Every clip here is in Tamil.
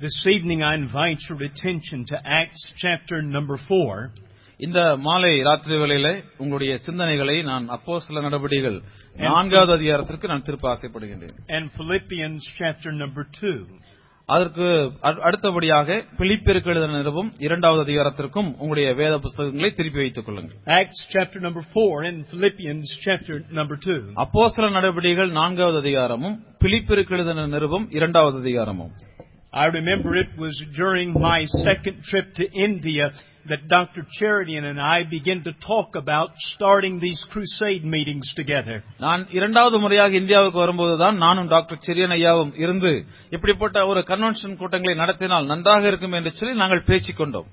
This evening, I invite your attention to Acts chapter number 4. இந்த மாலை ராத்திரி வேளையில உங்களுடைய சிந்தனைகளை நான் அப்போ சில நடவடிக்கைகள் நான்காவது அதிகாரத்திற்கு நான் திருப்ப ஆசைப்படுகின்றேன் and Philippians chapter number 2. அதற்கு அடு- அடுத்தபடியாக பிலிப்பிற்கு எழுதின நிருபம் இரண்டாவது அதிகாரத்திற்கும் உங்களுடைய வேத புஸ்தகங்களை திருப்பி வைத்துக் கொள்ளுங்கள் Acts chapter number 4 and Philippians chapter number 2. அப்போ சில நடவடிக்கைகள் நான்காவது அதிகாரமும் பிலிப்பிற்கு எழுதின நிருபம் இரண்டாவது அதிகாரமும் I remember it was during my second trip to India that Dr. Cheridian and I began to talk about starting these crusade meetings together. நான் இரண்டாவது முறையாக இந்தியாவுக்கு வரும்போதுதான் நானும் டாக்டர் செரியன் ஐயாவும் இருந்து இப்படிப்பட்ட ஒரு கன்வென்ஷன் கூட்டங்களை நடத்தினால் நன்றாக இருக்கும் என்று சொல்லி நாங்கள் பேசிக் கொண்டோம்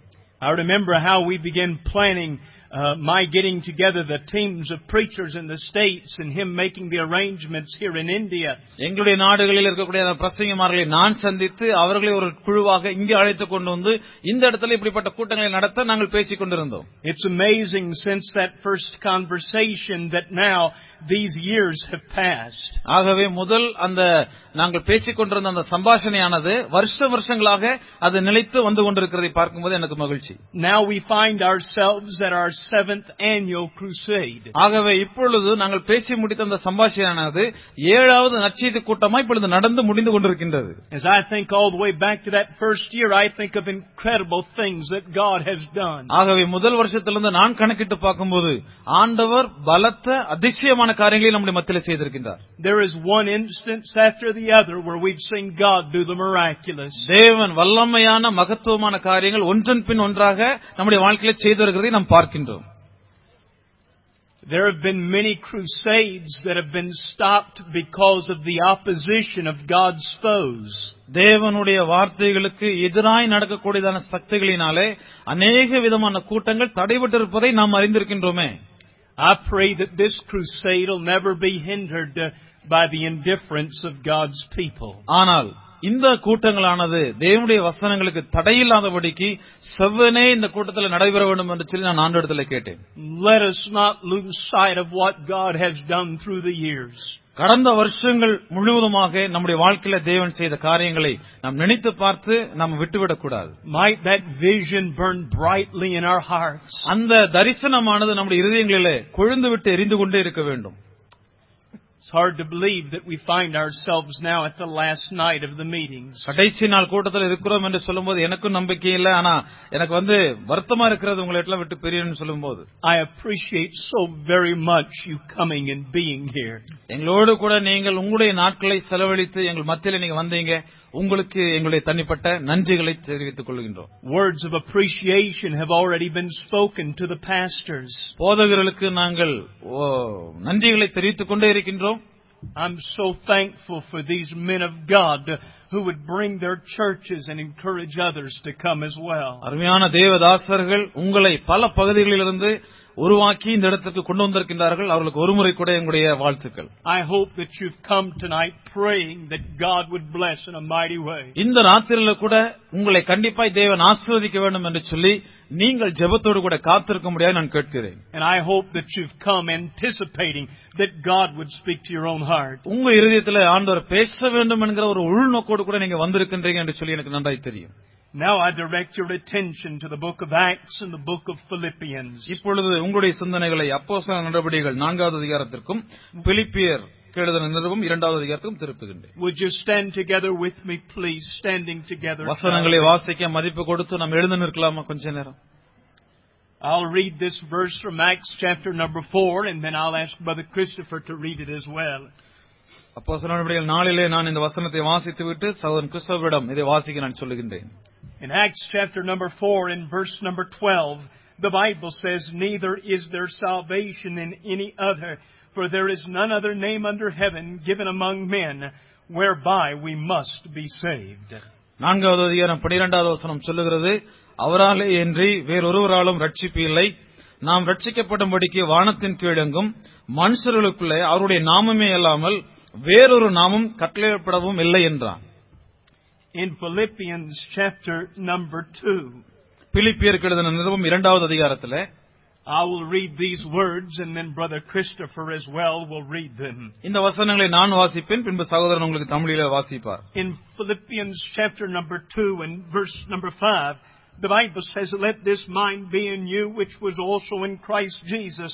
I remember how we began planning uh, my getting together the teams of preachers in the States and him making the arrangements here in India. எங்களுடைய நாடுகளில் இருக்கக்கூடிய அந்த பிரசங்கமார்களை நான் சந்தித்து அவர்களை ஒரு குழுவாக இங்கே அழைத்துக் கொண்டு வந்து இந்த இடத்துல இப்படிப்பட்ட கூட்டங்களை நடத்த நாங்கள் பேசிக் கொண்டிருந்தோம் It's amazing since that first conversation that now these years have passed. ஆகவே முதல் அந்த நாங்கள் பேசிக் கொண்டிருந்த அந்த சம்பாஷணையானது வருஷ வருஷங்களாக அது நிலைத்து வந்து கொண்டிருக்கிறதை பார்க்கும்போது எனக்கு மகிழ்ச்சி Now we find ourselves at our seventh annual crusade. ஆகவே இப்பொழுது நாங்கள் பேசி முடித்த அந்த சம்பாஷணையானது ஏழாவது நற்செய்தி கூட்டமா இப்பொழுது நடந்து முடிந்து கொண்டிருக்கின்றது As I think all the way back to that first year, I think of incredible things that God has done. ஆகவே முதல் வருஷத்திலிருந்து நான் கணக்கிட்டு பார்க்கும்போது ஆண்டவர் பலத்த அதிசயமான காரியங்களை நம்முடைய மத்தியில செய்திருக்கின்றார் There is one instance after the other where we've seen God do the miraculous. தேவன் வல்லமையான மகத்துவமான காரியங்கள் ஒன்றன் பின் ஒன்றாக நம்முடைய வாழ்க்கையில செய்து வருகிறதை நாம் பார்க்கின்றோம் There have been many crusades that have been stopped because of the opposition of God's foes. தேவனுடைய வார்த்தைகளுக்கு எதிராய் நடக்கக்கூடியதான சக்திகளினாலே அநேக விதமான கூட்டங்கள் தடைபட்டிருப்பதை நாம் அறிந்திருக்கின்றோமே I pray that this crusade will never be hindered uh, by the indifference of God's people. ஆனால் இந்த கூட்டங்களானது தேவனுடைய வசனங்களுக்கு தடையில்லாதபடிக்கு செவ்வனே இந்த கூட்டத்தில் நடைபெற வேண்டும் என்று சொல்லி நான் ஆண்டோடத்துல கேட்டேன் Let us not lose sight of what God has done through the years. கடந்த வருஷங்கள் முழுவதுமாக நம்முடைய வாழ்க்கையில தேவன் செய்த காரியங்களை நாம் நினைத்து பார்த்து நாம் விட்டுவிடக் கூடாது Might that vision burn brightly in our hearts. அந்த தரிசனமானது நம்முடைய இருதயங்களிலே கொழுந்து விட்டு எரிந்து கொண்டே இருக்க வேண்டும் It's hard to believe that we find ourselves now at the last night of the meetings. கடைசி நாள் கூட்டத்தில் இருக்கிறோம் என்று சொல்லும்போது எனக்கும் நம்பிக்கை இல்லை ஆனா எனக்கு வந்து வருத்தமா இருக்கிறது உங்களை எல்லாம் விட்டு பிரியணும்னு சொல்லும்போது I appreciate so very much you coming and being here. எங்களோடு கூட நீங்கள் உங்களுடைய நாட்களை செலவழித்து எங்கள் மத்தியில நீங்க வந்தீங்க உங்களுக்கு எங்களுடைய தனிப்பட்ட நன்றிகளை தெரிவித்துக் கொள்கின்றோம் Words of appreciation have already been spoken to the pastors. போதகர்களுக்கு நாங்கள் ஓ, நன்றிகளை தெரிவித்துக் கொண்டே இருக்கின்றோம் I'm so thankful for these men of God who would bring their churches and encourage others to come as well. அருமையான தேவதாசர்கள் உங்களை பல பகுதிகளிலிருந்து உருவாக்கி இந்த இடத்துக்கு கொண்டு வந்திருக்கின்றார்கள் அவர்களுக்கு ஒருமுறை கூட எங்களுடைய வாழ்த்துக்கள் I hope that you've come tonight praying that God would bless in a mighty way. இந்த ராத்திரில கூட உங்களை கண்டிப்பாய் தேவன் ஆசீர்வதிக்க வேண்டும் என்று சொல்லி நீங்கள் ஜெபத்தோடு கூட காத்திருக்க முடியாது நான் கேட்கிறேன் And I hope that you've come anticipating that God would speak to your own heart. உங்க இருதயத்தில் ஆண்டவர் பேச வேண்டும் என்கிற ஒரு உள்நோக்கோடு கூட நீங்க வந்திருக்கின்றீங்க என்று சொல்லி எனக்கு நன்றாய் தெரியும் Now I direct your attention to the book of Acts and the book of Philippians. இப்பொழுது உங்களுடைய சிந்தனைகளை அப்போஸ்தலர் நடவடிக்கைகள் நான்காவது அதிகாரத்திற்கும் பிலிப்பியர் எழுதின நிறுவம் இரண்டாவது அதிகாரத்திற்கும் திருப்புகின்றேன் Would you stand together with me, please? Standing together. வசனங்களை வாசிக்க மதிப்பு கொடுத்து நம்ம எழுந்து நிற்கலாமா கொஞ்ச நேரம் I'll read this verse from Acts chapter number 4, and then I'll ask Brother Christopher to read it as well. அப்போ நடவடிக்கைகள் நாளிலே நான் இந்த வசனத்தை வாசித்துவிட்டு சகோதரன் கிறிஸ்தவரிடம் இதை வாசிக்க நான் சொல்லுகின்றேன் In Acts chapter number 4, in verse number 12, the Bible says, Neither is there salvation in any other, for there is none other name under heaven given among men whereby we must be saved. நான்காவது அதிகாரம் பனிரெண்டாவது வசனம் சொல்லுகிறது அவராலே இன்றி வேறொருவராலும் ரட்சிப்பு இல்லை நாம் ரட்சிக்கப்படும்படிக்கு வானத்தின் கீழெங்கும் மனுஷர்களுக்குள்ளே அவருடைய நாமமே அல்லாமல் வேறொரு நாமம் கட்டளையிடப்படவும் இல்லை என்றான் In Philippians chapter number 2, பிலிப்பியருக்கு எழுதின நிறுவம் இரண்டாவது அதிகாரத்தில் I will read these words, and then Brother Christopher as well will read them. இந்த வசனங்களை நான் வாசிப்பேன் பின்பு சகோதரன் உங்களுக்கு தமிழில வாசிப்பார் In Philippians chapter number 2 and verse number 5, the Bible says, Let this mind be in you which was also in Christ Jesus,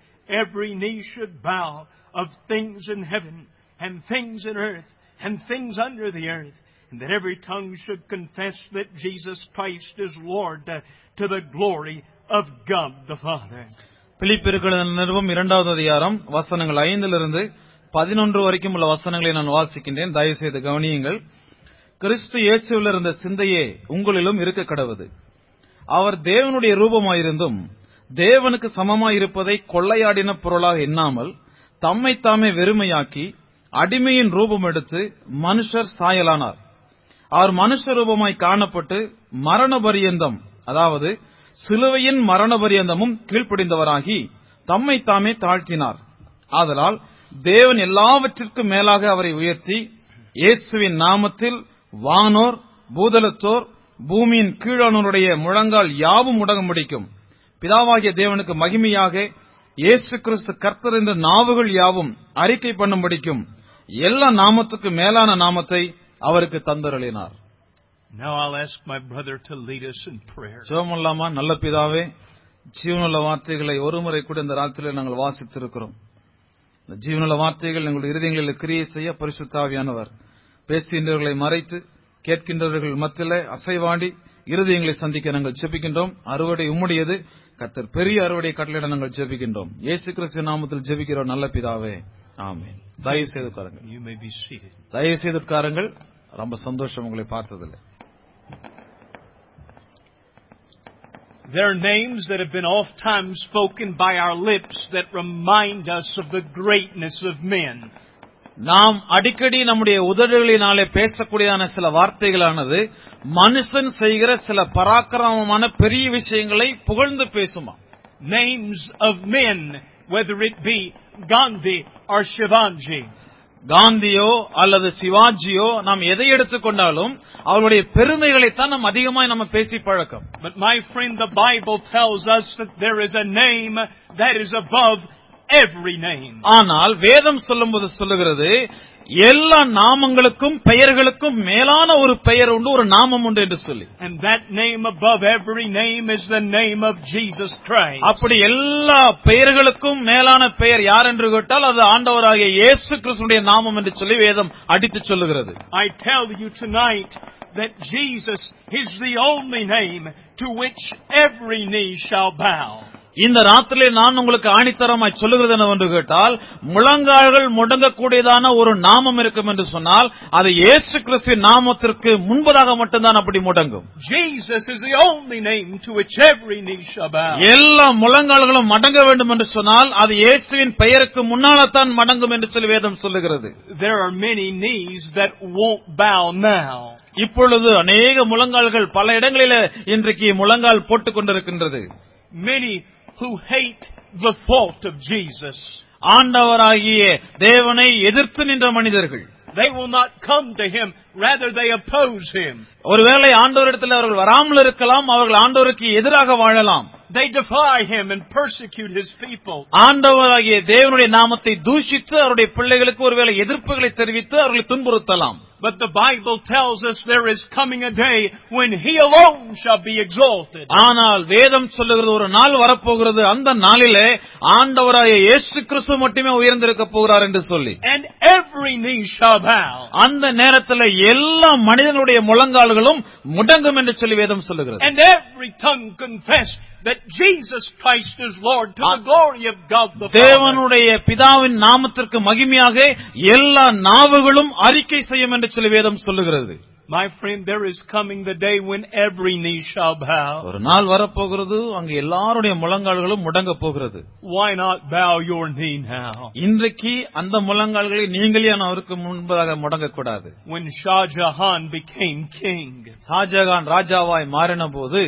every knee should bow of things in heaven, and things in earth, and things under the earth, and that every tongue should confess that Jesus Christ is Lord uh, to the glory of God the Father. பிலிப்பியர்கள் நிறுவம் இரண்டாவது அதிகாரம் வசனங்கள் ஐந்திலிருந்து பதினொன்று வரைக்கும் உள்ள வசனங்களை நான் வாசிக்கின்றேன் தயவு செய்து கவனியுங்கள் கிறிஸ்து இயேசுவில் இருந்த சிந்தையே உங்களிலும் இருக்க கடவுது அவர் தேவனுடைய ரூபமாயிருந்தும் தேவனுக்கு சமமாயிருப்பதை கொள்ளையாடின பொருளாக எண்ணாமல் தம்மை தாமே வெறுமையாக்கி அடிமையின் ரூபம் எடுத்து மனுஷர் சாயலானார் அவர் மனுஷ ரூபமாய் காணப்பட்டு மரண பரியந்தம் அதாவது சிலுவையின் மரண பரியந்தமும் கீழ்ப்படிந்தவராகி தம்மை தாமே தாழ்த்தினார் ஆதலால் தேவன் எல்லாவற்றிற்கும் மேலாக அவரை உயர்த்தி இயேசுவின் நாமத்தில் வானோர் பூதலத்தோர் பூமியின் கீழானோருடைய முழங்கால் யாவும் முடங்க முடிக்கும் பிதாவாகிய தேவனுக்கு மகிமையாக இயேசு கிறிஸ்து கர்த்தர் என்ற நாவுகள் யாவும் அறிக்கை பண்ண முடிக்கும் எல்லா நாமத்துக்கு மேலான நாமத்தை அவருக்கு தந்தருளினார் Now I'll ask my brother to lead us in prayer. ஜெபமல்லாமா நல்ல பிதாவே ஜீவனுள்ள வார்த்தைகளை ஒருமுறை கூட இந்த ராத்திரியில் நாங்கள் வாசித்திருக்கிறோம் இந்த ஜீவனுள்ள வார்த்தைகள் எங்களுடைய இருதயங்களில் கிரியை செய்ய பரிசுத்தாவியானவர் பேசுகின்றவர்களை மறைத்து கேட்கின்றவர்கள் மத்தியிலே அசைவாடி இருதயங்களை சந்திக்க நாங்கள் ஜெபிக்கின்றோம் அறுவடை உம்முடையது கர்த்தர் பெரிய அறுவடை கட்டளையிட நாங்கள் ஜெபிக்கின்றோம் இயேசு கிறிஸ்து நாமத்தில் ஜெபிக்கிறோம் நல்ல பிதாவே ஆமென் தயவு செய்து உட்காருங்கள் You may be seated. தயவு செய்து உட்காருங்கள் ரொம்ப சந்தோஷம் உங்களை பார்த்ததில்லை There are names that have been oftentimes spoken by our lips that remind us of the greatness of men. நாம் அடிக்கடி நம்முடைய உதடுகளினாலே பேசக்கூடியதான சில வார்த்தைகளானது மனுஷன் செய்கிற சில பராக்கிரமமான பெரிய விஷயங்களை புகழ்ந்து பேசுமா Names of men, whether it be Gandhi or Shivanji. காந்தியோ அல்லது சிவாஜியோ நாம் எதை எடுத்துக்கொண்டாலும் அவருடைய பெருமைகளைத்தான் நாம் அதிகமாய் நம்ம பேசி பழக்கம் But my friend, the Bible tells us that there is a name that is above every name. ஆனால் வேதம் சொல்லும்போது சொல்லுகிறது எல்லா நாமங்களுக்கும் பெயர்களுக்கும் மேலான ஒரு பெயர் உண்டு ஒரு நாமம் உண்டு என்று சொல்லி And that name above every name is the name of Jesus Christ. அப்படி எல்லா பெயர்களுக்கும் மேலான பெயர் யார் என்று கேட்டால் அது ஆண்டவராகிய இயேசு கிறிஸ்துடைய நாமம் என்று சொல்லி வேதம் அடித்து சொல்லுகிறது I tell you tonight that Jesus is the only name to which every knee shall bow. இந்த ராத்திரிலே நான் உங்களுக்கு ஆணித்தரமாய் சொல்லுகிறது என்னவென்று கேட்டால் முழங்கால்கள் முடங்கக்கூடியதான ஒரு நாமம் இருக்கும் என்று சொன்னால் அது இயேசு கிறிஸ்துவின் நாமத்திற்கு முன்பதாக மட்டும்தான் அப்படி முடங்கும் Jesus is the only name to which every knee shall bow. எல்லா முழங்கால்களும் மடங்க வேண்டும் என்று சொன்னால் அது இயேசுவின் பெயருக்கு முன்னால்தான் மடங்கும் என்று சொல்லி வேதம் சொல்லுகிறது There are many knees that won't bow now. இப்பொழுது அநேக முழங்கால்கள் பல இடங்களில இன்றைக்கு முழங்கால் போட்டுக் கொண்டிருக்கின்றது Many who hate the fault of Jesus. ஆண்டவராகிய தேவனை எதிர்த்து நின்ற மனிதர்கள் They will not come to Him, rather they oppose Him. ஒருவேளை ஆண்டவரிடத்தில் அவர்கள் வராமல் இருக்கலாம் அவர்கள் ஆண்டவருக்கு எதிராக வாழலாம் They defy Him and persecute His people. ஆண்டவராகிய தேவனுடைய நாமத்தை தூஷித்து அவருடைய பிள்ளைகளுக்கு ஒருவேளை எதிர்ப்புகளை தெரிவித்து அவர்களை துன்புறுத்தலாம் But the Bible tells us there is coming a day when He alone shall be exalted. ஆனால் வேதம் சொல்லுகிறது ஒரு நாள் வரப்போகிறது அந்த நாளிலே ஆண்டவராகிய இயேசு கிறிஸ்து மட்டுமே உயர்ந்திருக்க போகிறார் என்று சொல்லி And every knee shall bow. அந்த நேரத்தில் எல்லா மனிதனுடைய முழங்கால்களும் முடங்கும் என்று சொல்லி வேதம் சொல்லுகிறது And every tongue confess that Jesus Christ is Lord to the glory of God the Father. தேவனுடைய பிதாவின் நாமத்திற்கு மகிமையாக எல்லா நாவுகளும் அறிக்கை செய்யும் என்று சொல்லி வேதம் சொல்லுகிறது My friend, there is coming the day when every knee shall bow. ஒரு நாள் வரப்போகிறது அங்கு எல்லாருடைய முழங்கால்களும் முடங்க போகிறது Why not bow your knee now? இன்றைக்கு அந்த முழங்கால்களை நீங்களே அவருக்கு முன்பதாக முடங்கக்கூடாது When Shah Jahan became king, Shahjahan ராஜாவாய் மாறின போது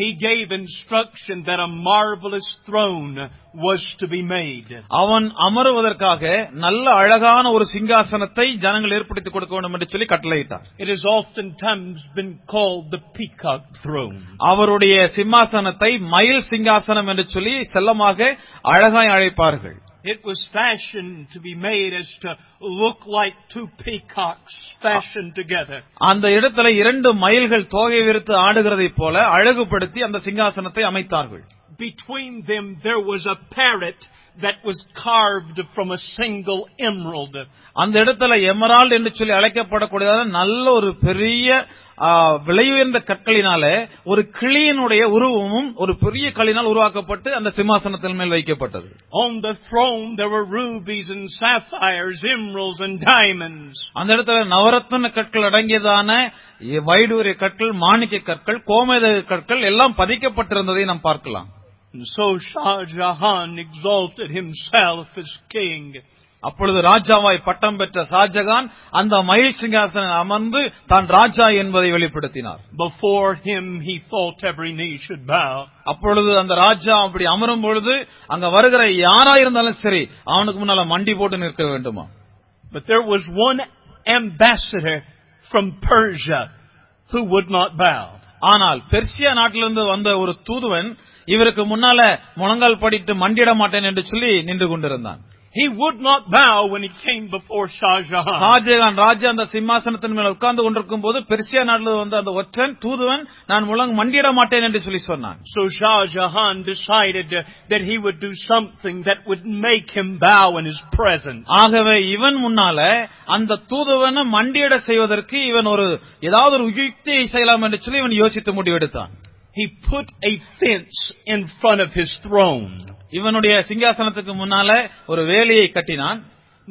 he gave instruction that a marvelous throne was to be made. அவன் அமருவதற்காக நல்ல அழகான ஒரு சிங்காசனத்தை ஜனங்கள் ஏற்படுத்தி கொடுக்க வேண்டும் என்று சொல்லி கட்டளையிட்டார் It has oftentimes been called the peacock throne. அவருடைய சிம்மாசனத்தை மயில் சிங்காசனம் என்று சொல்லி செல்லமாக அழகாய் அழைப்பார்கள் It was fashioned to be made as to look like two peacocks fashioned together. அந்த இடத்துல இரண்டு மயில்கள் தோகை விரித்து ஆடுகிறதைப் போல அழகுபடுத்தி அந்த சிங்காசனத்தை அமைத்தார்கள் Between them there was a parrot that was carved from a single emerald. அந்த இடத்துல எமரால்டு என்று சொல்லி அழைக்கப்படக்கூடியதான நல்ல ஒரு பெரிய ஆ, விலையுயர்ந்த கற்களினாலே ஒரு கிளியினுடைய உருவமும் ஒரு பெரிய கல்லினால் உருவாக்கப்பட்டு அந்த சிம்மாசனத்தின் மேல் வைக்கப்பட்டது On the throne there were rubies and sapphires, emeralds and diamonds. அந்த இடத்துல நவரத்ன கற்கள் அடங்கியதான இ- வைடூரிய கற்கள் மாணிக்க கற்கள் கோமேதக கற்கள் எல்லாம் பதிக்கப்பட்டிருந்ததை நாம் பார்க்கலாம் And so Shah Jahan exalted himself as king. அப்பொழுது ராஜாவாய் பட்டம் பெற்ற ஷாஜகான் அந்த மயில் சிங்காசனம் அமர்ந்து தான் ராஜா என்பதை வெளிப்படுத்தினார் Before him he thought every knee should bow. அப்பொழுது அந்த ராஜா அப்படி அமரும் பொழுது அங்க வருகிற யாரா இருந்தாலும் சரி அவனுக்கு முன்னால மண்டி போட்டு நிற்க வேண்டுமா But there was one ambassador from Persia who would not bow. ஆனால் பெர்சியா நாட்டிலிருந்து வந்த ஒரு தூதுவன் இவருக்கு முன்னால முழங்கால் படிட்டு மண்டிட மாட்டேன் என்று சொல்லி நின்று கொண்டிருந்தான் He would not bow when he came before Shah Jahan. Shahjahan ராஜா அந்த சிம்மாசனத்தின் மேல் உட்கார்ந்து கொண்டிருக்கும் போது பெர்சியா நாட்டில் வந்த அந்த ஒற்றன் தூதுவன் நான் முழங்க மண்டிட மாட்டேன் என்று சொல்லி சொன்னான் So Shah Jahan decided uh, that he would do something that would make him bow in his presence. ஆகவே இவன் முன்னால அந்த தூதுவனை மண்டியிட செய்வதற்கு இவன் ஒரு ஏதாவது ஒரு யுக்தியை செய்யலாம் என்று சொல்லி இவன் யோசித்து முடிவெடுத்தான் He put a fence in front of his throne. இவனுடைய சிங்காசனத்துக்கு முன்னால ஒரு வேலியை கட்டினான்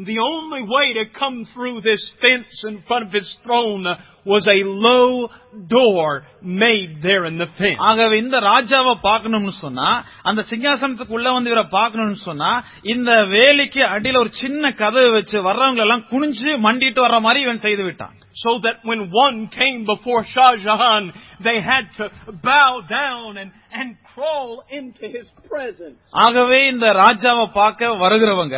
The only way to come through this fence in front of his throne uh, was a low door made there in the fence. ஆகவே இந்த ராஜாவை பார்க்கணும்னு சொன்னா அந்த சிங்காசனத்துக்கு உள்ள வந்து இவரை பார்க்கணும்னு சொன்னா இந்த வேலிக்கு அடியில ஒரு சின்ன கதவு வச்சு வர்றவங்க எல்லாம் குனிஞ்சு மண்டிட்டு வர்ற மாதிரி இவன் செய்து விட்டான் So that when one came before Shah Jahan, they had to bow down and, and crawl into his presence. ஆகவே இந்த ராஜாவை பார்க்க வருகிறவங்க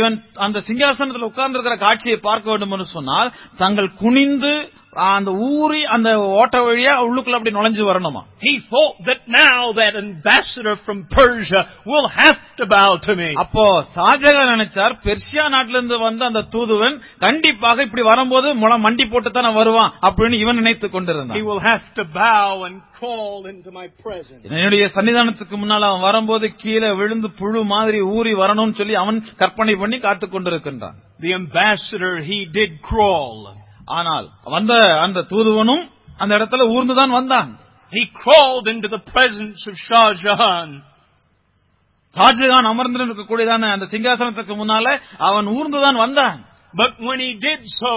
இவன் அந்த சிங்காசனத்தில் உட்கார்ந்திருக்கிற காட்சியை பார்க்க வேண்டும் என்று சொன்னால் தங்கள் குனிந்து அந்த ஊறி அந்த ஓட்ட வழியா உள்ளுக்குள்ள அப்படி நுழைஞ்சு வரணுமா He thought that now that ambassador from Persia will have to bow to me. அப்போ ஷாஜகான் நினைச்சார் பெர்சியா நாட்டிலிருந்து வந்த அந்த தூதுவன் கண்டிப்பாக இப்படி வரும்போது முளம் மண்டி போட்டு தானே வருவான் அப்படின்னு இவன் நினைத்து He கொண்டிருந்தான் will have to bow and crawl into my presence. என்னுடைய சன்னிதானத்துக்கு முன்னால் அவன் வரும்போது கீழே விழுந்து புழு மாதிரி ஊறி வரணும்னு சொல்லி அவன் கற்பனை பண்ணி காத்து கொண்டிருக்கின்றான் The ambassador, he did crawl. ஆனால் வந்த அந்த தூதுவனும் அந்த இடத்துல ஊர்ந்துதான் வந்தான் He crawled into the presence of Shah Jahan. Shahjahan அமர்ந்திருக்கக்கூடியதான அந்த சிங்காசனத்துக்கு முன்னால அவன் ஊர்ந்துதான் வந்தான் But when he did so,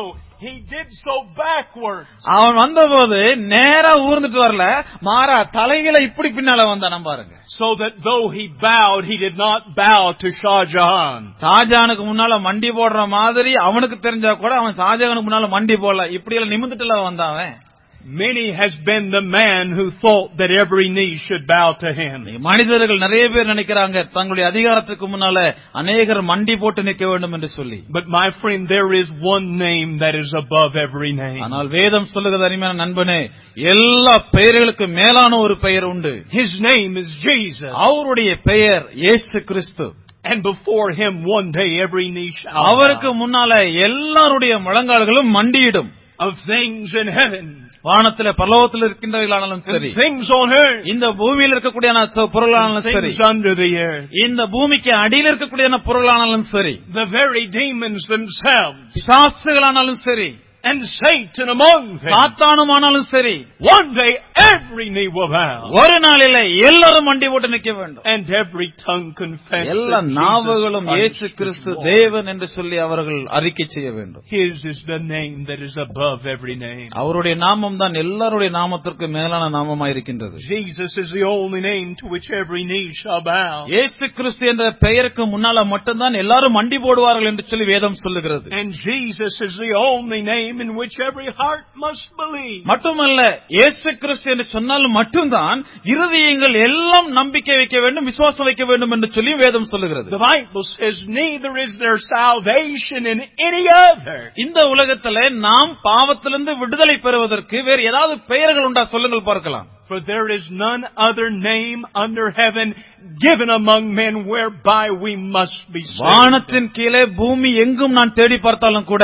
he did so backwards. அவன் வந்தபோது நேரா ஊர்ந்துட்டு வரல மாறா தலைகளை இப்படி பின்னால வந்தான் பாருங்க So that though he bowed, he did not bow to Shah Jahan. ஷாஜானுக்கு முன்னால மண்டி போடுற மாதிரி அவனுக்கு தெரிஞ்சா கூட அவன் ஷாஜகானுக்கு முன்னால மண்டி போடல இப்படி எல்லாம் நிமிந்துட்டுல வந்தான் அவன். Many has been the man who thought that every knee should bow to him. இன்னைக்கு மனிதர்கள் நிறைய பேர் நினைக்கிறாங்க தங்களுடைய அதிகாரத்துக்கு முன்னால அநேகர் மண்டி போட்டு நிக்க வேண்டும் என்று சொல்லி But my friend, there is one name that is above every name. ஆனால் வேதம் சொல்லுகிறது அருமையான நண்பனே எல்லா பெயர்களுக்கு மேலான ஒரு பெயர் உண்டு His name is Jesus. Ah. அவருடைய பெயர் இயேசு கிறிஸ்து And before him one day every knee shall அவருக்கு bow முன்னால எல்லாருடைய முழங்கால்களும் மண்டியிடும் of things in heaven, வானத்துல பரலோகத்தில் இருக்கின்றவர்களானாலும் சரி and things on earth, இந்த பூமியில் இருக்கக்கூடிய and பொருளானாலும் சரி things under the earth. இந்த பூமிக்கு அடியில் இருக்கக்கூடிய பொருளானாலும் சரி The very demons themselves பிசாசுகளானாலும் சரி and Satan among them. சாத்தானுமானாலும் சரி One day every knee will bow ஒரு நாளிலே எல்லாரும் மண்டி போட்டு நிக்க வேண்டும் and every tongue confess எல்லா நாவுகளும் that இயேசு Jesus Christ Kristu is Lord. தேவன் என்று சொல்லி அவர்கள் அறிக்கை செய்ய வேண்டும் His is the name that is above every name. அவருடைய நாமம் தான் எல்லாருடைய நாமத்திற்கு மேலான நாமமாய் இருக்கின்றது Jesus is the only name to which every knee shall bow. இயேசு கிறிஸ்து என்ற பெயருக்கு முன்னால மட்டும்தான் எல்லாரும் மண்டி போடுவார்கள் என்று சொல்லி வேதம் சொல்லுகிறது And Jesus is the only name in which every heart must believe. மட்டுமல்ல இயேசு கிறிஸ்து என்று சொன்னால் மட்டும்தான் இருதயங்கள் எல்லாம் நம்பிக்கை வைக்க வேண்டும் விசுவாசம் வைக்க வேண்டும் என்று சொல்லி வேதம் சொல்லுகிறது The Bible says neither is there salvation in any other. இந்த உலகத்திலே நாம் பாவத்திலிருந்து விடுதலை பெறுவதற்கு வேறு ஏதாவது பெயர்கள் உண்டா சொல்லுங்கள் பார்க்கலாம் For there is none other name under heaven given among men whereby we must be saved. வானத்தின் கீழே பூமி எங்கும் நான் தேடி பார்த்தாலும் கூட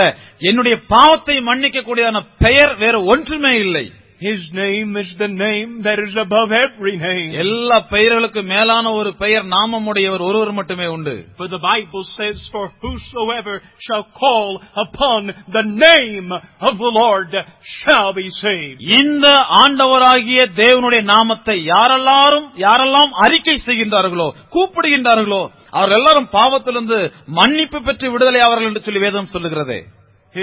என்னுடைய பாவத்தை மன்னிக்க கூடியதான பெயர் வேற ஒன்றுமே இல்லை His name is the name that is above every name. எல்லா பெயர்களுக்கு மேலான ஒரு பெயர் நாமமுடையவர் ஒருவர் மட்டுமே உண்டு For the Bible says, For whosoever shall call upon the name of the Lord shall be saved. இந்த ஆண்டவராகிய தேவனுடைய நாமத்தை யாரெல்லாரும் யாரெல்லாம் அறிக்கை செய்கின்றார்களோ கூப்பிடுகின்றார்களோ அவர்கள் எல்லாரும் பாவத்திலிருந்து மன்னிப்பு பெற்று விடுதலை அவர்கள் என்று சொல்லி வேதம் சொல்லுகிறது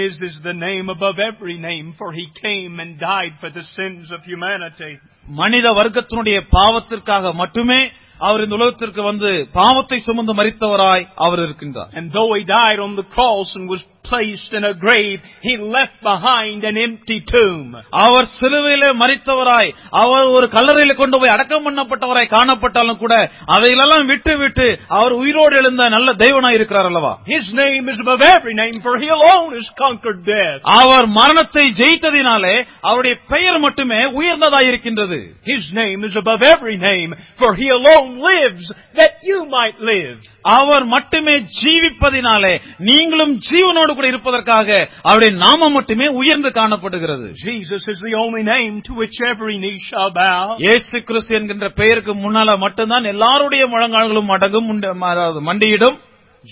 His is the name above every name, for he came and died for the sins of humanity. மனித வர்க்கத்தினுடைய பாவத்திற்காக மட்டுமே அவர் இந்த உலகத்திற்கு வந்து பாவத்தை சுமந்து மறித்தவராய் அவர் இருக்கின்றார் And though he died on the cross and was placed in a grave, he left behind an empty tomb. அவர் சிலுவையிலே மறித்தவராய் அவர் ஒரு கல்லறையில கொண்டு போய் அடக்கம் பண்ணப்பட்டவராய் காணப்பட்டாலும் கூட அவைகளெல்லாம் விட்டு விட்டு அவர் உயிரோடு எழுந்த நல்ல தெய்வனாய் இருக்கிறார் அல்லவா His name is above every name, for he alone has conquered death. அவர் மரணத்தை ஜெயித்ததினாலே அவருடைய பெயர் மட்டுமே உயர்ந்ததாய் இருக்கின்றது His name is above every name, for he alone lives that you might live. அவர் மட்டுமே ஜீவிப்பதினாலே நீங்களும் ஜீவனோடு கூட இருப்பதற்காக அவருடைய நாமம் மட்டுமே உயர்ந்து காணப்படுகிறது Jesus is the only name to which every knee shall bow. இயேசு கிறிஸ்து என்கின்ற பெயருக்கு முன்னால மட்டும்தான் எல்லாருடைய முழங்கால்களும் அடங்கும் உண்டு- அதாவது மண்டியிடும்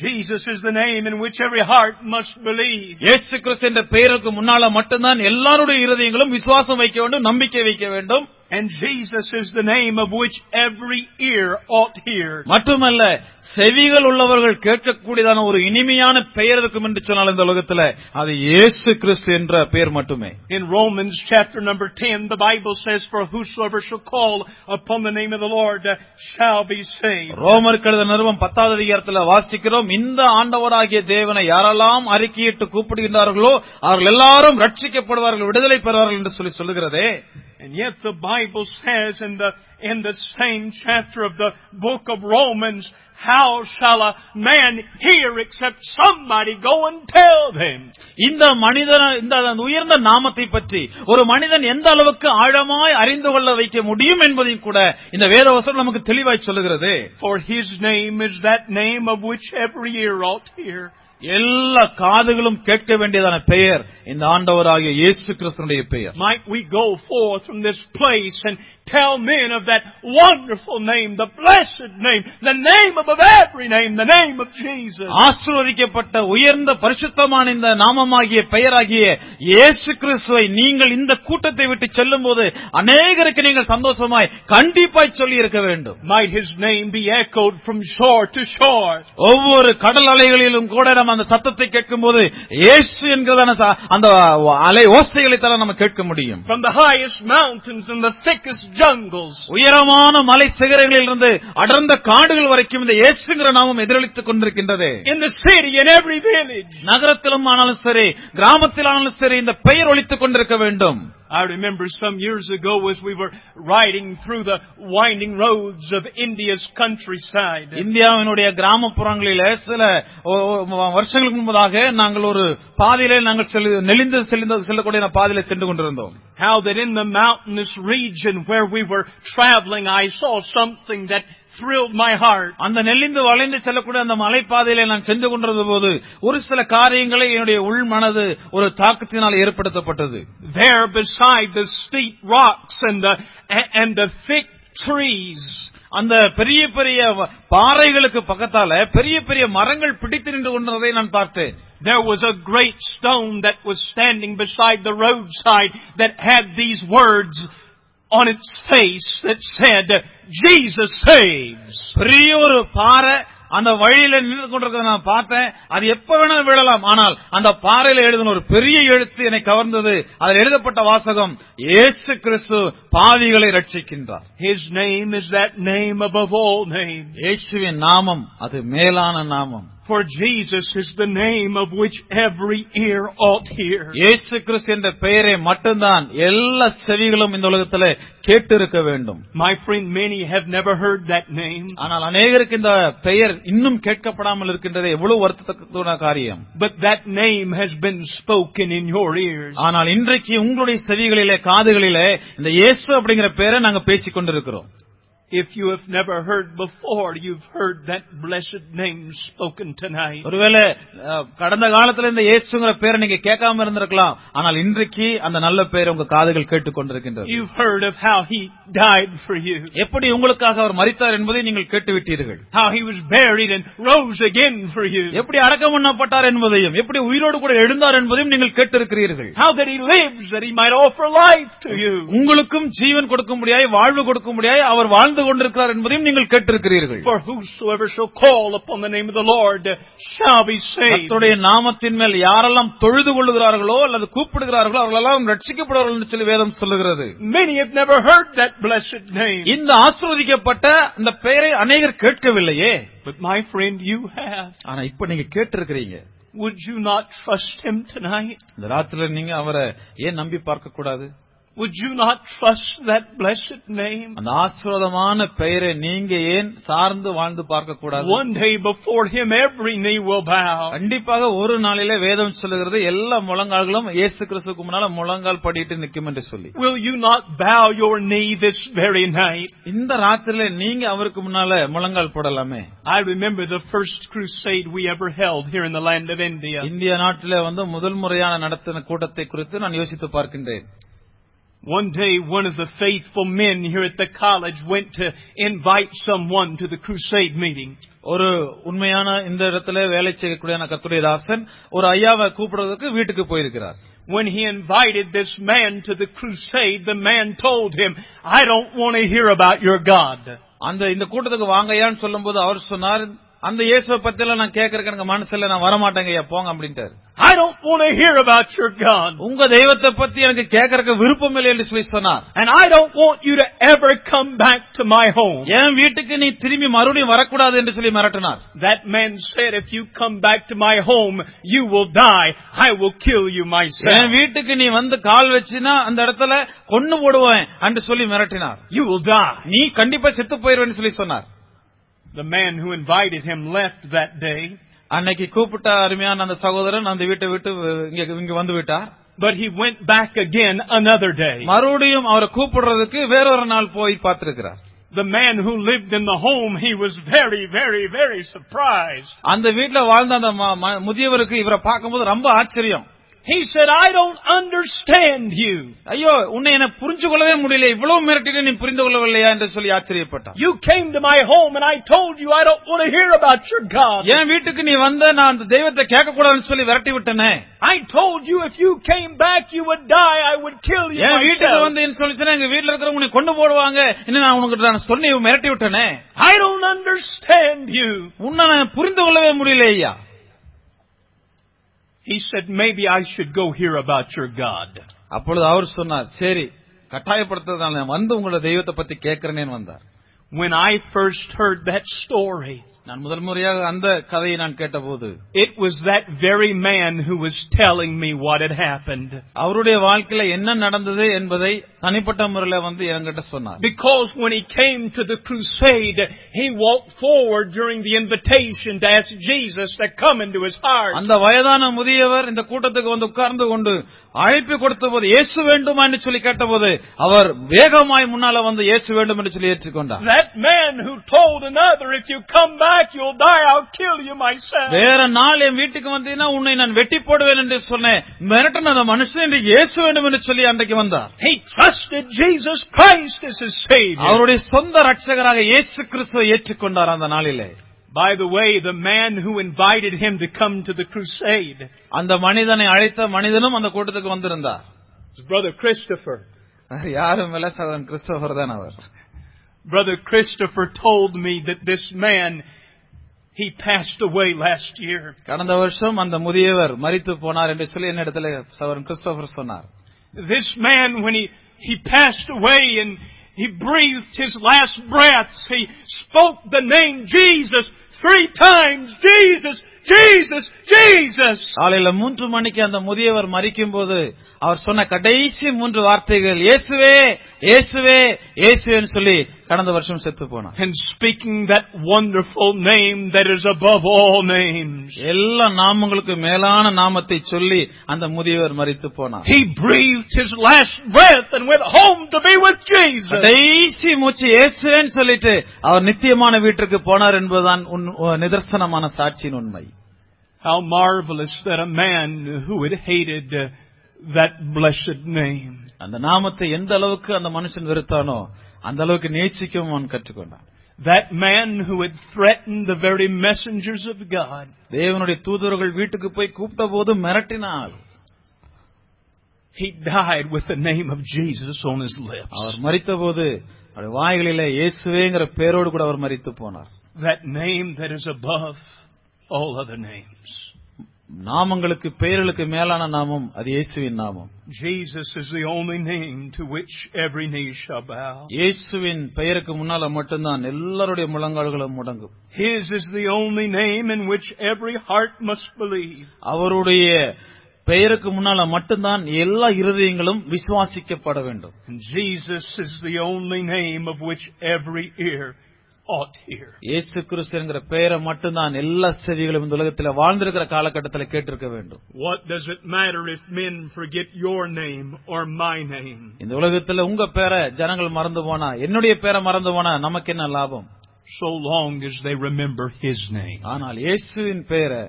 Jesus is the name in which every heart must believe. இயேசு கிறிஸ்து என்ற பெயருக்கு முன்னால மட்டும்தான் எல்லாருடைய இருதயங்களும் விசுவாசம் வைக்க வேண்டும் நம்பிக்கை வைக்க வேண்டும் And Jesus is the name of which every ear ought hear. மட்டுமல்ல செவிகள் உள்ளவர்கள் கேட்கக்கூடியதான ஒரு இனிமையான பெயர் இருக்கும் என்று சொன்னால் இந்த உலகத்துல அது இயேசு கிறிஸ்து என்ற பெயர் மட்டுமே In Romans chapter number 10, the Bible says, For whosoever shall call upon the name of the Lord uh, shall be saved. ரோமர் கழுத நிறுவம் பத்தாவது அதிகாரத்துல வாசிக்கிறோம் இந்த ஆண்டவராகிய தேவனை யாரெல்லாம் அறிக்கையிட்டு கூப்பிடுகின்றார்களோ அவர்கள் எல்லாரும் ரட்சிக்கப்படுவார்கள் விடுதலை பெறுவார்கள் என்று சொல்லி சொல்லுகிறதே And yet the Bible says in the, in the same chapter of the book of Romans, How shall a man hear except somebody go and tell them? இந்த மனிதன் இந்த உயர்ந்த நாமத்தை பற்றி ஒரு மனிதன் எந்த அளவுக்கு ஆழமாய் அறிந்து கொள்ள வைக்க முடியும் என்பதையும் கூட இந்த வேதவசனம் நமக்கு தெளிவாய் சொல்லுகிறது For his name is that name of which every ear ought to hear. எல்லா காதுகளும் கேட்க வேண்டியதான பெயர் இந்த ஆண்டவராகிய இயேசு கிறிஸ்தனுடைய பெயர் Might we go forth from this place and tell men of that wonderful name, the blessed name, the name above every name, the name of Jesus. ஆசீர்வதிக்கப்பட்ட உயர்ந்த பரிசுத்தமான இந்த நாமமாகிய பெயராகிய இயேசு கிறிஸ்துவை நீங்கள் இந்த கூட்டத்தை விட்டு செல்லும் போது அநேகருக்கு நீங்கள் சந்தோஷமாய் கண்டிப்பாய் சொல்லி இருக்க வேண்டும் Might his name be echoed from shore to shore. ஒவ்வொரு கடல் அலைகளிலும் கூட நம்ம அந்த சத்தத்தை கேட்கும் போது இயேசு என்கிறதான ச- அந்த அலை ஓசைகளை தான் நம்ம கேட்க முடியும் From the highest mountains and the thickest jungles. உயரமான மலை சிகரங்களில் இருந்து அடர்ந்த காடுகள் வரைக்கும் இந்த இயேசுங்கிற நாமம் எதிரொலித்துக் கொண்டிருக்கின்றது In the city, in every village. நகரத்திலும் ஆனாலும் சரி கிராமத்திலானாலும் சரி இந்த பெயர் ஒழித்துக் கொண்டிருக்க வேண்டும் I remember some years ago as we were riding through the winding roads of India's countryside. இந்தியாவினுடைய கிராமப்புறங்களில சில ஒ- ஒ- வருஷங்களுக்கு முன்பதாக நாங்கள் ஒரு பாதையிலே நாங்கள் செல்லு- நெளிந்து செல்லிந்து- செல்லக்கூடிய பாதையில சென்று கொண்டிருந்தோம் How that in the mountainous region where we were traveling, I saw something that thrilled my heart. அந்த நெளிந்து வளைந்து செல்லக்கூடிய அந்த மலைப்பாதையிலே நான் சென்று கொண்டிருந்த போது ஒரு சில காரியங்களை என்னுடைய உள் மனது ஒரு தாக்கத்தினால் ஏற்படுத்தப்பட்டது There beside the steep rocks and the, and the thick trees, அந்த பெரிய பெரிய வ- பாறைகளுக்கு பக்கத்தால பெரிய பெரிய மரங்கள் பிடித்து நின்று கொண்டிருந்ததை நான் பார்த்தேன் There was a great stone that was standing beside the roadside that had these words on its face that said, Jesus saves. பெரிய ஒரு பாறை அந்த வழியில நின்று கொண்டிருக்கிறத நான் பார்த்தேன் அது எப்ப வேணாலும் விழலாம் ஆனால் அந்த பாறையில எழுதின ஒரு பெரிய எழுத்து என்னை கவர்ந்தது அதில் எழுதப்பட்ட வாசகம் இயேசு கிறிஸ்து பாவிகளை ரட்சிக்கின்றார் His name is that name above all names. இயேசுவின் நாமம் அது மேலான நாமம் For Jesus is the name of which every ear ought hear. இயேசு கிறிஸ்து என்ற பெயரை மட்டும்தான் எல்லா செவிகளும் இந்த உலகத்துல கேட்டு இருக்க வேண்டும் My friend, many have never heard that name, ஆனால் அநேகருக்கு இந்த பெயர் இன்னும் கேட்கப்படாமல் இருக்கின்றதே எவ்வளவு வருத்தத்தக்கதான காரியம் but that name has been spoken in your ears. ஆனால் இன்றைக்கு உங்களுடைய செவிகளிலே காதுகளிலே இந்த இயேசு அப்படிங்கிற பெயரை நாங்க பேசிக் கொண்டிருக்கிறோம் If you have never heard before, you've heard that blessed name spoken tonight. ஒருவேளை அஹ், கடந்த காலத்துல இந்த இயேசுங்கிற பேரை நீங்க கேட்காம இருந்திருக்கலாம் ஆனால் இன்றைக்கு அந்த நல்ல பெயரை உங்க காதுகள் கேட்டுக் கொண்டிருக்கின்றது You've heard of how He died for you, எப்படி உங்களுக்காக அவர் மரித்தார் என்பதை நீங்கள் கேட்டு விட்டீர்கள் how He was buried and rose again for you, எப்படி அடக்கம் பண்ணப்பட்டார் என்பதையும் எப்படி உயிரோடு கூட எழுந்தார் என்பதையும் நீங்கள் கேட்டிருக்கிறீர்கள் how that He lives that He might offer life to you. உங்களுக்கும் ஜீவன் கொடுக்க முடியாய் வாழ்வு கொடுக்க முடியாய் அவர் வாழ்ந்து கொண்டிருக்கிறார் என்பதையும் நீங்கள் கேட்டிருக்கிறீர்கள் For whosoever shall call upon the name of the Lord shall be saved. கர்த்தருடைய நாமத்தின் மேல் யாரெல்லாம் தொழுது கொள்ளுகிறார்களோ அல்லது கூப்பிடுகிறார்களோ அவர்களெல்லாம் ரட்சிக்கப்படுவார்கள் என்று சொல்லி வேதம் சொல்லுகிறது Many have never heard that blessed name. இந்த ஆசிர்வதிக்கப்பட்ட இந்த பெயரை அநேகர் கேட்கவில்லையே But my friend, you have. ஆனா இப்ப நீங்க கேட்டிருக்கிறீங்க Would you not trust him tonight? இந்த ராத்திரில நீங்க அவரை ஏன் நம்பி பார்க்க கூடாது Would you not trust that blessed name? அந்த ஆசிர்வாதமான பெயரை நீங்க ஏன் சார்ந்து வாழ்ந்து பார்க்க கூடாது One day before him every knee will bow. கண்டிப்பாக ஒரு நாளிலே வேதம் சொல்லுகிறது எல்லா முழங்கால்களும் இயேசு கிறிஸ்துக்கு முன்னால முழங்கால் படிட்டு நிற்கும் என்று சொல்லி Will you not bow your knee this very night? இந்த ராத்திரில நீங்க அவருக்கு முன்னால முழங்கால் போடலாமே I remember the first crusade we ever held here in the land of India. இந்திய நாட்டில வந்து முதல் முறையான நடத்தின கூட்டத்தை குறித்து நான் யோசித்து பார்க்கின்றேன் One day one of the faithful men here at the college went to invite someone to the crusade meeting. ஒரு உண்மையான இந்த இடத்துல வேலை செய்யக்கூடிய கத்துடைய தாசன் ஒரு ஐயாவை கூப்பிடுறதுக்கு வீட்டுக்கு போயிருக்கிறார் When he invited this man to the crusade, the man told him, I don't want to hear about your God. அந்த இந்த கூட்டத்துக்கு வாங்கய்யான்னு சொல்லும்போது அவர் சொன்னார் அந்த இயேசுவை பத்தியெல்லாம் நான் கேட்கறதுக்கு எனக்கு மனசுல நான் வரமாட்டேங்க ஐயா போங்க அப்படின்ட்டாரு I don't want to hear about your God. உங்க தெய்வத்தை பத்தி எனக்கு கேட்கறதுக்கு விருப்பம் இல்லை என்று சொல்லி சொன்னார் And I don't want you to ever come back to my home. என் வீட்டுக்கு நீ திரும்பி மறுபடியும் வரக்கூடாது என்று சொல்லி மிரட்டினார் That man said, if you come back to my home, you will die. I will kill you myself. என் வீட்டுக்கு நீ வந்து கால் வச்சினா அந்த இடத்துல கொன்னு போடுவேன் என்று சொல்லி மிரட்டினார் You will die. நீ கண்டிப்பா செத்து போயிருவேன்னு சொல்லி சொன்னார் The man who invited him left that day, அன்னைக்கு கூப்பிட்ட அருமையான அந்த சகோதரன் அந்த வீட்டை விட்டு இங்க இங்க வந்து விட்டார் but he went back again another day. மறுபடியும் அவரை கூப்பிடுறதுக்கு வேறொரு நாள் போய் பார்த்திருக்கிறார் The man who lived in the home, he was very, very, very surprised. அந்த வீட்டுல வாழ்ந்த அந்த ம- ம- முதியவருக்கு இவரை பார்க்கும்போது ரொம்ப ஆச்சரியம் He said, I don't understand you. ஐயோ உன்னை என்ன புரிஞ்சு கொள்ளவே முடியல இவ்வளவு மிரட்டிட்டு நீ புரிந்து கொள்ளவில்லையா என்று சொல்லி ஆச்சரியப்பட்டார் You came to my home and I told you I don't want to hear about your God. என் வீட்டுக்கு நீ வந்த நான் அந்த தெய்வத்தை கேட்க கூடாதுன்னு சொல்லி விரட்டி விட்டனே I told you if you came back you would die. I would kill you என் வீட்டுக்கு myself. வந்து என்ன சொல்லிச்சுன்னா எங்க வீட்டுல இருக்கிறவங்க உன்னை கொண்டு போடுவாங்க என்ன நான் உனக்கு நான் சொன்னி மிரட்டி விட்டனே I don't understand you. உன்னை நான் புரிந்து கொள்ளவே முடியல ஐயா He said, maybe I should go hear about your God. அப்பொழுது அவர் சொன்னார் சரி கட்டாயப்படுத்துறதால நான் வந்து உங்களோட தெய்வத்தை பத்தி கேட்கிறேனேன்னு வந்தார் When I first heard that story, நான் முதல் முறையாக அந்த கதையை நான் கேட்டபோது it was that very man who was telling me what had happened. அவருடைய வாழ்க்கையில என்ன நடந்தது என்பதை தனிப்பட்ட முறையில வந்து என்கிட்ட சொன்னார் Because when he came to the crusade, he walked forward during the invitation to ask Jesus to come into his heart. அந்த வயதான முதியவர் இந்த கூட்டத்துக்கு வந்து உட்கார்ந்து கொண்டு அழைப்பு கொடுத்த போது இயேசு வேண்டுமா என்று சொல்லி கேட்டபோது அவர் வேகமாய் முன்னால வந்து இயேசு வேண்டும் என்று சொல்லி ஏற்றுக்கொண்டார் That man who told another, if you come back, you'll die, I'll kill you myself. வேற நாள் என் வீட்டுக்கு வந்தீங்கன்னா உன்னை நான் வெட்டி போடுவேன் என்று சொன்னேன் மிரட்டின அந்த மனுஷன் இன்று இயேசு வேண்டும் என்று சொல்லி அன்றைக்கு வந்தார் He trusted Jesus Christ as his Savior. அவருடைய சொந்த ரட்சகராக இயேசு கிறிஸ்துவை ஏற்றுக்கொண்டார் அந்த நாளிலே By the way, the man who invited him to come to the crusade, அந்த மனிதனை அழைத்த மனிதனும் அந்த கூட்டத்துக்கு வந்திருந்தார் was Brother Christopher. வேற யாரும் இல்ல சகோதரன் கிறிஸ்டோபர் தான் அவர் Brother Christopher told me that this man, he passed away last year. கடந்த வருஷம் அந்த முதியவர் மரித்து போனார் என்று சொல்லி என்னிடத்துல சகோதரன் கிறிஸ்டோபர் சொன்னார் This man, when he, he passed away and he breathed his last breaths, he spoke the name Jesus three times. Jesus, Jesus, Jesus. காலையில மூன்று மணிக்கு அந்த முதியவர் மறிக்கும் போது அவர் சொன்ன கடைசி மூன்று வார்த்தைகள் இயேசுவே இயேசுவே இயேசுவேன்னு சொல்லி கடந்த வருஷம் செத்து போனார் And speaking that wonderful name that is above all names. எல்லா நாமங்களுக்கு மேலான நாமத்தை சொல்லி அந்த முதியவர் மறித்து போனார் He breathed his last breath and went home to be with Jesus. கடைசி மூச்சு இயேசுவேன்னு சொல்லிட்டு அவர் நித்தியமான வீட்டிற்கு போனார் என்பதுதான் உன்- உன் நிதர்சனமான சாட்சியின் உண்மை How marvelous that a man who had hated uh, that blessed name அந்த நாமத்தை எந்த அளவுக்கு அந்த மனுஷன் வெறுத்தானோ அந்த அளவுக்கு நேசிக்கவும் அவன் கற்றுக்கொண்டான் That man who had threatened the very messengers of God, தேவனுடைய தூதர்கள் வீட்டுக்கு போய் கூப்பிட்ட போது மிரட்டினாள் he died with the name of Jesus on his lips. அவர் மரித்தபோது அவருடைய வாய்களில இயேசுவேங்கிற பேரோடு கூட அவர் மரித்து போனார் That name that is above all other names. நாமங்களுக்கு பெயர்களுக்கு மேலான நாமம் அது இயேசுவின் நாமம் Jesus is the only name to which every knee shall bow. இயேசுவின் பெயருக்கு முன்னால மட்டும்தான் எல்லாருடைய முழங்கால்களும் முடங்கும் His is the only name in which every heart must believe. அவருடைய பெயருக்கு முன்னால மட்டும்தான் எல்லா இருதயங்களும் விசுவாசிக்கப்பட வேண்டும் And Jesus is the only name of which every ear ought to hear. இயேசு கிறிஸ்து என்கிற பெயரை மட்டும்தான் எல்லா செவிகளும் இந்த உலகத்தில் வாழ்ந்திருக்கிற காலகட்டத்தில் கேட்டிருக்க வேண்டும் What does it matter if men forget your name or my name? இந்த உலகத்துல உங்க பேரை ஜனங்கள் மறந்து போனா என்னுடைய பேரை மறந்து போனா நமக்கு என்ன லாபம் so long as they remember His name. ஆனால் இயேசுவின் பெயரை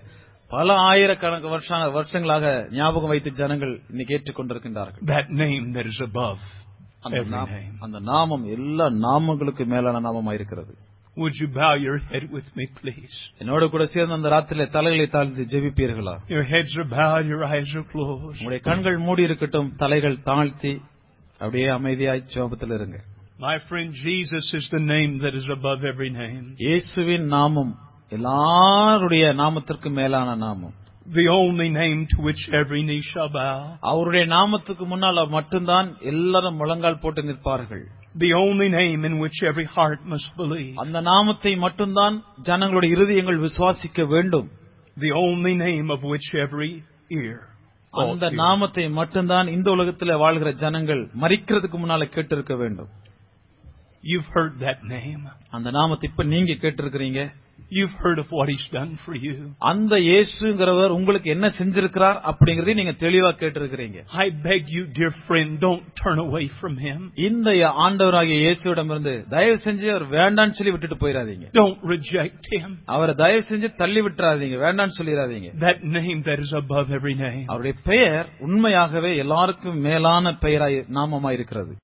பல ஆயிரக்கணக்கு வருஷ- வருஷங்களாக ஞாபகம் வைத்து ஜனங்கள் இன்னைக்கு ஏற்றுக்கொண்டிருக்கின்றார்கள் That name that is above அந்த every நாம்- name. அந்த நாமம் எல்லா நாமங்களுக்கு மேலான நாமமா இருக்கிறது Would you bow your head with me, please? என்னோட கூட சேர்ந்து அந்த ராத்திரில தலைகளை தாழ்ந்து ஜெபிப்பீர்களா Your heads are bowed, your eyes are closed. உங்களுடைய கண்கள் மூடி இருக்கட்டும் தலைகள் தாழ்த்தி அப்படியே அமைதியாய் ஜோபத்தில் இருங்க My friend, Jesus is the name that is above every name. இயேசுவின் நாமம் எல்லாருடைய நாமத்திற்கு மேலான நாமம் The only name to which every knee shall bow. அவருடைய நாமத்துக்கு முன்னால மட்டும்தான் எல்லாரும் முழங்கால் போட்டு நிற்பார்கள் The only name in which every heart must believe. அந்த நாமத்தை மட்டும்தான் ஜனங்களுடைய இருதயங்கள் விசுவாசிக்க வேண்டும் The only name of which every ear. ought அந்த to hear. நாமத்தை மட்டும்தான் இந்த உலகத்துல வாழ்கிற ஜனங்கள் மறிக்கிறதுக்கு முன்னால கேட்டிருக்க வேண்டும் You've heard that name. அந்த நாமத்தை இப்ப நீங்க கேட்டிருக்கிறீங்க You've heard of what He's done for you. அந்த இயேசுங்கிறவர் உங்களுக்கு என்ன செஞ்சிருக்கிறார் அப்படிங்கறதை நீங்க தெளிவா கேட்டிருக்கிறீங்க I beg you, dear friend, don't turn away from Him. இந்த ஆண்டவராகிய இயேசுவிடமிருந்து தயவு செஞ்சு அவர் வேண்டாம்னு சொல்லி விட்டுட்டு போயிடாதீங்க Don't reject Him. அவரை தயவு செஞ்சு தள்ளி விட்டுறாதீங்க வேண்டாம்னு சொல்லிடாதீங்க That name that is above every name. அவருடைய பெயர் உண்மையாகவே எல்லாருக்கும் மேலான பெயராய் நாமமாய் இருக்கிறது